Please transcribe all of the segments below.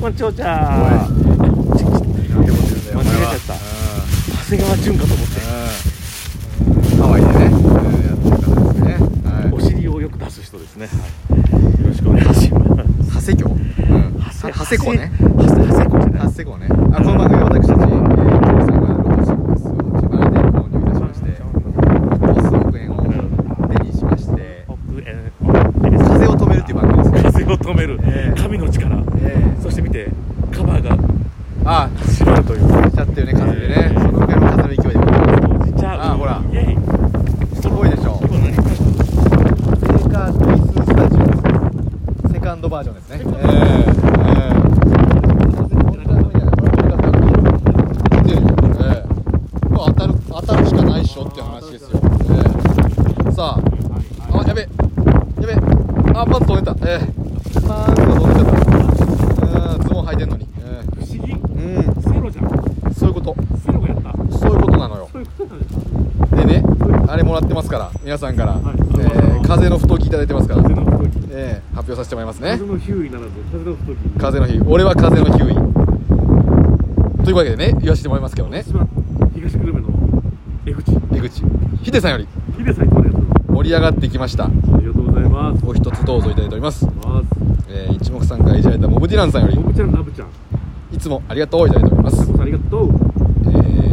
こんちょうちゃんなんてこと言うんだよお前は間違えちゃっ長谷川潤かと思ってうんうんハワイでねうんやってる方ですねおは尻をよく出す人ですね、はい、よろしくお願いしますい長谷郷うん長谷郷ね長谷長谷子じゃないハセコね。あ、この番組は私たち、えー、協賛がロトシックスを自腹で購入いたしまして、数億円を手にしまして、奥円風を止めるっていう番組ですね。風を止める、ええ神の力、えそして見てカバーがー、あ、閉まるという来ちゃったよね、風でね。そのぐらいの風の勢いでございます。おじちゃんあほらイエイすごいでしょこれ何メーカートイススタジオセカンドバージョンですね。えーえー当たる当たるしかないっしょっていう話ですよ。えーさあ、あやべやべあパンツ止めた。えー、パンツが止めちゃった。うんズボン履いてんのに。え不思議ーうセロじゃんんそういうことセロがやったそういうことなのよ。そういうことなんですかでねあれもらってますから皆さんから、はいえー風の太きいただいてますから。風の太きえー発表させてもらいますね風のヒューイならず風の太き風の日俺は風の日というわけでね言わせてもらいますけどね一番東久留米の江口出口ヒデさんよりヒデさんこれやった盛り上がってきましたのありがとうございますお一つどうぞいただいております、まずえー一目散からいじられたモブディランさんよボりブちゃんラブちゃんいつもありがとうをいただいております、こそありがとう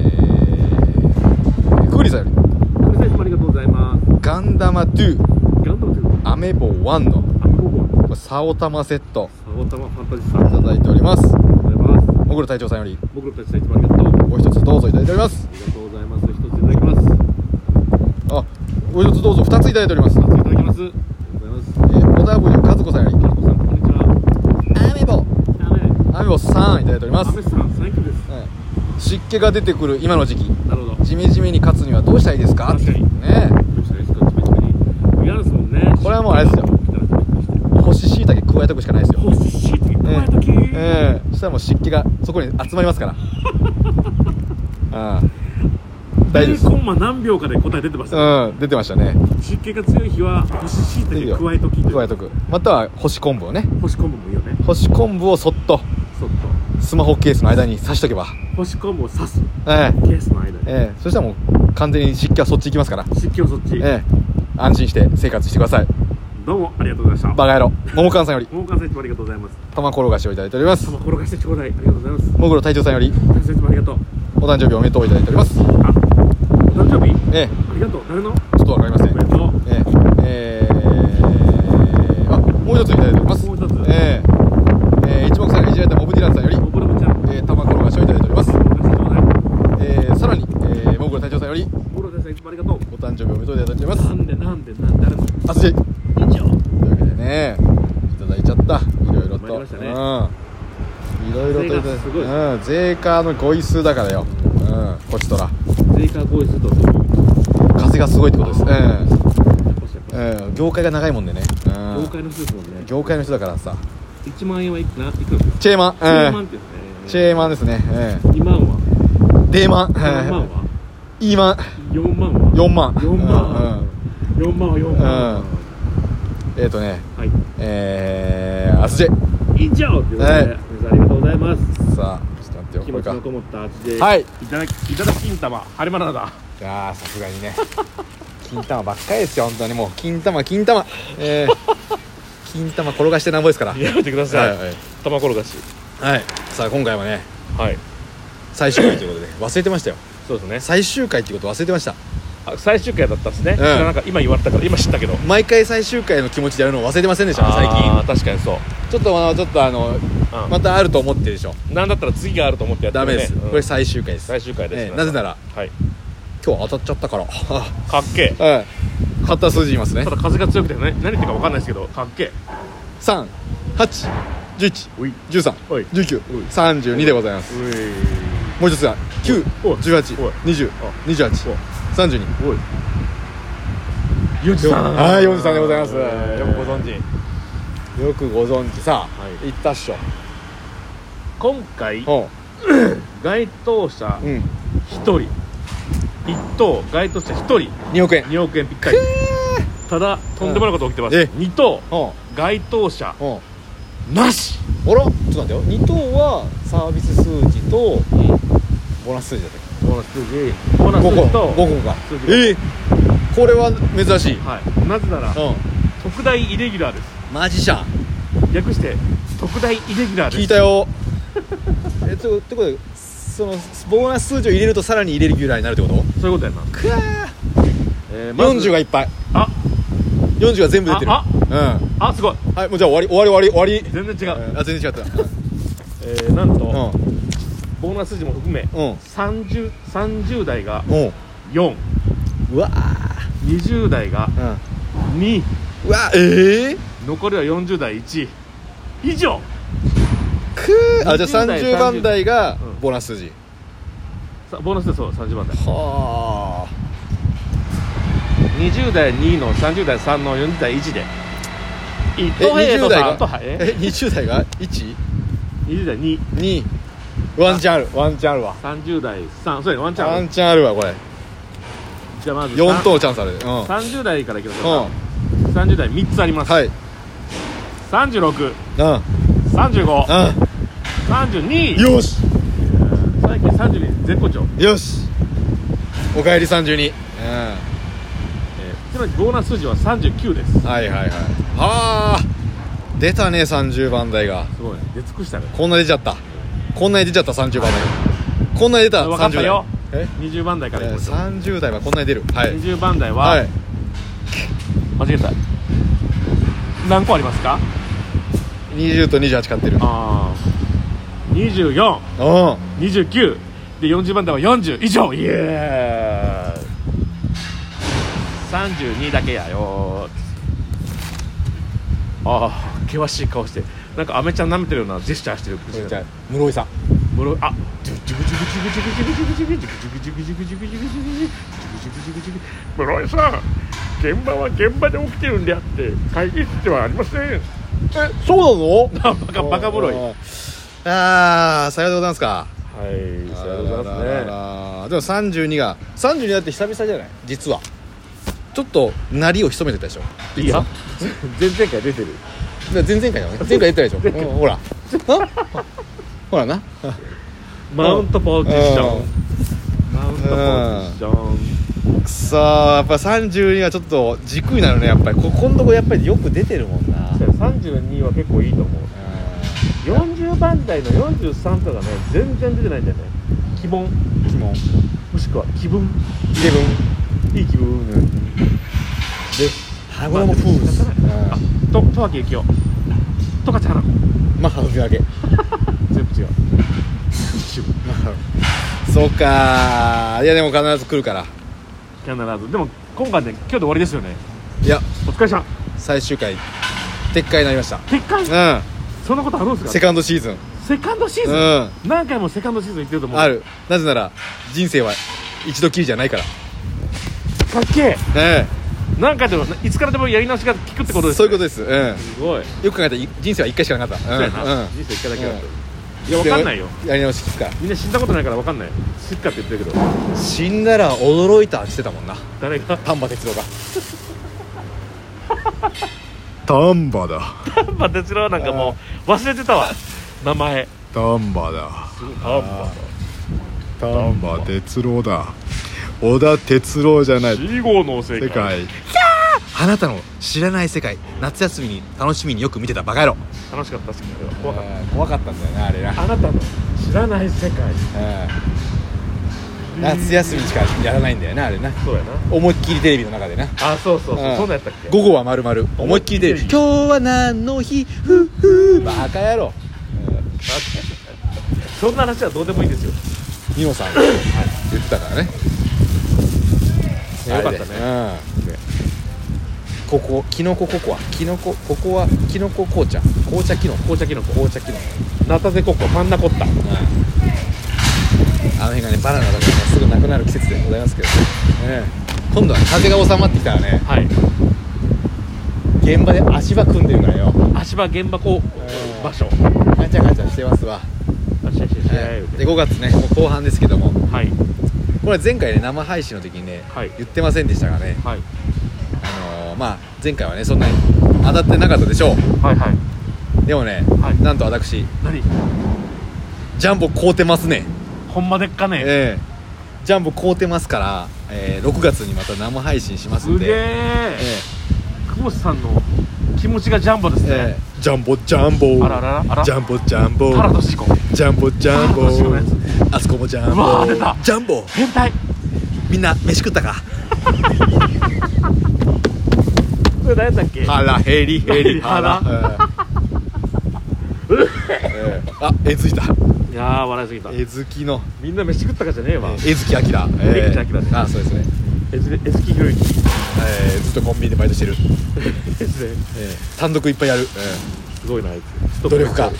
えー、クーリーさんよりご清聴ありがとうございますガンダマ2ガンダム2アメボ1のアミコゴンこれサオタマセットサボタマファンタジスタいありただいておりますがとうございますモグロ隊長さんより僕らたちさんいつもありがとうあお一つどうぞいただいておりますりがとうございます一ついただきますあお一つどうぞ二ついただいております、え二ついただきますありがとうございますー、オダブリュカズコさんよりタラコさんこんにちはアメボダメアメボさんいただいておりますアメさん最高ですはい湿気が出てくる今の時期なるほどジメジメに勝つにはどうしたらいいですか確かにねどうしたらいいですかちめちめに嫌ですもんねこれはもうあれですよえ干し椎茸加えとくしかないですよ欲しいって言った時ええそしたらもう湿気がそこに集まりますからああ大丈夫ですコンマ何秒かで答え出てましたうん出てましたね湿気が強い日は干し椎いいよ茸加えとき加えとくまたは干し昆布をね干し昆布もいいよね干し昆布をそっとそっとスマホケースの間に刺しとけば干し昆布を刺すええケースの間にええそしたらもう完全に湿気はそっち行きますから湿気をそっちええ安心して生活してくださいどうもありがとうございましたバカ野郎桃缶さんより大川さんいつもありがとうございます玉転がしをいただいております頭転がしてちょうだいありがとうございますもぐろ隊長さんより大川さんいつもありがとうお誕生日おめでとうをいただいておりますあお誕生日ええありがとう誰のちょっとわかりませんおめでとうええええあもう一ついただいておりますもう一つええええ一目散にいじられたモブディランさんよりおぼろぶちゃんええ玉転がしをいただいておりますお転がしてちょうだいええさらにええもぐろ隊長さんよりおぼろ先生いつもありがとうお誕生日おめでとういただいておりまなすんでなんでなん誰のあついと以上いうわけでねいただいちゃったいろいろと参りましたねうんいろいろといただい税がてすごいうん税関のご一数だからようんこちとら税関合意するとその風がすごいってことですあえーえこしやっぱうん、業界が長いもんでね、うん、業界の人ですもんね業界の人だからさ1万円はいくないくらですかチェーマン、うん、1万って言うんですチねェーマンですね、 2万はうん、デーマン、 3うん、万はイーマン4万は4万4万4万は4万うん、えっ、とねはいえー、アスジェ以上ということで、はい皆さんありがとうございますさあちょっと待ってよ気こ持れちかのこもった味で、はいいただきいただき金玉晴れマナ だいやーさすがにね 金玉ばっかりですよ本当にもう金玉金玉え ー、金玉転がしてなんぼですからやめてくだはいはい、玉転がしはい、さあ今回はねはい最終回ということで忘れてましたよそうですね最終回っていうこと忘れてましたあ最終回だったんですね、ん知らなかった今言われたから今知ったけど毎回最終回の気持ちでやるのを忘れてませんでしたね最あー近確かにそう、ちょっとあのちょっとあのまたあると思ってるでしょうん、なんだったら次があると思ってやってダるメねです、うんこれ最終回です、最終回です、ええなぜならはい今日当たっちゃったから かっけえはい買った数字言います ねただ風が強くてね何言ってるか分かんないですけどかっけえ3 8 11おい13おい19おい32でございますういもう一つが9おいおい18 20お28 32おい43はい43でございますよくご存知よくご存知さあ、はい言ったっしょ今回おう該当者うん1人1等該当者1人2億円2億円ぴったりただとんでもないことが起きてますえ2等おう該当者おうなしあらちょっと待ってよ2等はサービス数字とボーナス数字だったっボーナス数字ボーナけス5数個字と5個か数字がええこれは珍しい、はいなぜならう特大イレギュラーですんマジシャン略して特大イレギュラー聞でいすたよえっとってことでそのボーナス数字を入れるとさらに入れるギュラーになるってことそういうことやな、くわーえーまず40がいっぱいあ40が全部出てるあうんあすごいはいもうじゃあ終わり終わり終わり終わり全然違う、あ全然違ったえーなんと、うんボーナス数字も含めうん30 30代がうん420うわー代うがん2うわええ残りは40代1以上くーあじゃあ20代30番台がうんボーナス数字さボーナスでそう30番台は20代2の30代3の40代1で一え等平と20代3がとはええ20代が1 20代2 2ワンチャンあるワンチャンあるわ30代3そうやねワンチワャンンチャンあるわこれじゃあまず4等チャンスあるうん30代からいきましうんょうか30代3つありますはい3635うん32うんよし最近32絶好調よしおかえり32うんえーつまりボーナス数字は39ですすはいはいはいはあ出たね30番台がごいね出尽くしたねこんな出ちゃったこんなに出ちゃった30番台こんなに出た分かっ30た代よえ20番台からいきましょう30代はこんなに出るはい20番台は、はい間違えた何個ありますか20と28買ってるああ2429うんで40番台は40以上イエーイ32だけやよああ険しい顔してなんかアメちゃん舐めてるようなジェスチャーしてるこれじゃあ室井さんブロあ室井さん現場は現場で起きてるんであって会議室ではありませんえそうな バカのバカブロイはあーあーさようでございますかいさようでございますあらねらららでも32が32だって久々じゃない実はちょっとなりを潜めてたでしょいや前々回出てる前々回だ ね前回言ってたでしょ、うんほらあほらなマウントポジションマウントポジションくそーやっぱ32はちょっと軸になるねやっぱりここんとこやっぱりよく出てるもんな32は結構いいと思うう40番台の43とかね全然出てないんだよね気分ん気ももしくは気分イレブンいい気分です羽衣フーズあと十秋幸雄十勝花子マッハ吹き分け全 部違うそうかーいやでも必ず来るから必ずでも今回ね今日で終わりですよねいやお疲れさん最終回撤回になりましたでっかいそんなことあるんうでんすセかカンドシーズンセカンドシーズン、うん何回もセカンドシーズン行ってると思うあるなぜなら人生は一度きりじゃないからかっけええ何回でもいつからでもやり直しが効くってことえです、ね、そういうことですうんよすごい、く考えたらい人生は一回しかなかったそうやうんな、うん人生一回だけだと、ういやわかんないよやり直し聞くかみんな死んだことないからわかんない知っかって言ってるけど死んだら驚いたって言ってたもんな 誰が丹波哲郎が丹波だ丹波哲郎なんかもう忘れてたわ名前丹波だ丹波丹波哲郎だ小田哲郎じゃな死後の世界 あなたの知らない世界夏休みに楽しみによく見てたバカ野郎楽しかったし怖かっ怖かったんだよなあれなたあなたの知らない世界うん夏休みしかやらないんだよなあれなそうやな思いっきりテレビの中でなあそうそうそう、うんそんなんやったっけ午後はまるまる思いっきりテレビ思いっきりテ今日は何の日ふっふーバカ野郎そんな話はどうでもいいですよニノさん言ってたからねよかったねねここキノコココアキノコここはキノコ紅茶紅茶キノコ紅茶キノコ紅茶キノコナタデココパンナコッタあの辺がねバナナとかがすぐなくなる季節でございますけどね、ええ今度は風が収まってきたらねはい現場で足場組んでるからよ足場現場うこんう場所ガチャガチャしてますわ、あシェシェシええェで5月ねもう後半ですけどもはいこれ前回ね生配信の時にね、はい言ってませんでしたがねはいあのーまあ前回はねそんなに当たってなかったでしょうはいはいででもね、はいなんと私何ジャンボ買うてますねほんまでっかねええジャンボ買うてますから、えー6月にまた生配信しますんすでげええ久保田さんの気持ちがジャンボですええねえジャンボジャンボあらららあらジャンボジャンボ原田志子ジャンボジャンボあーどうしようもないやあそこもジャンうわー出ボたジャンボ変態みんな飯食ったかこれ誰だっけ腹ヘリヘリ腹ええあえずいたいやー笑いすぎたえずきのみんな飯食ったかじゃねえわえずきあきら江月明ねあそうですねえずえずきひろゆきえーずっとコンビニでバイトしてるえずねええ単独いっぱいやるええすごいなあいつ努力家、うん、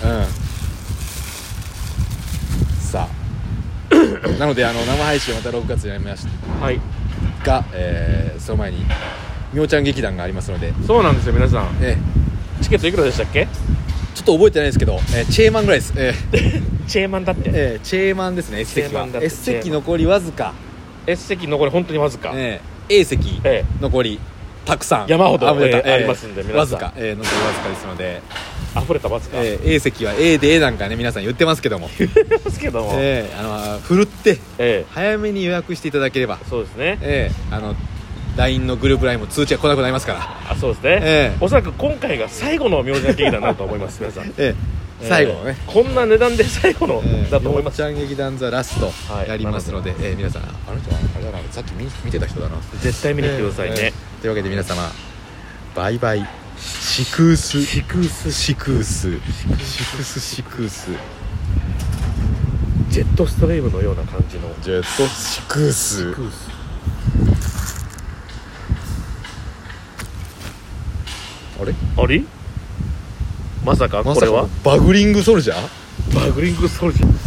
さあなのであの生配信はまた6月にやりましはいたが、えーその前にみおちゃん劇団がありますので、そうなんですよ皆さんえチケットいくらでしたっけーちょっと覚えてないですけど、えーチェーマンぐらいです、えーチェーマンだってえーチェーマンですね S 席はチェーマンだって S 席残りわずか、 S 席残り本当にわずかえー A 席ええ残りたくさん山ほどあぶれたえーありますんで皆さんわずか、えー残りわずかですので、溢れたわずかえー A 席は A でなんかね皆さん言ってますけども、ですけどもええーあのふるってえ早めに予約していただければそうですねええあの LINE のグループ LINE も通知が来なくなりますから、あそうですね、ええおそらく今回が最後の明星劇団だと思います 皆さんええ最後のね、こんな値段で最後のええだと思いまよすっちゃん劇団ザラストはいやりますので、ええ皆さんあの人はあれだなさっき見見てた人だな絶対見に来てくださいえねえというわけで皆様バイバイシクースシクースシクースシクースシクースジェットストレームのような感じのジェットシクースクースあれあれまさかまこされかはのバグリングソルジャーバグリングソルジャー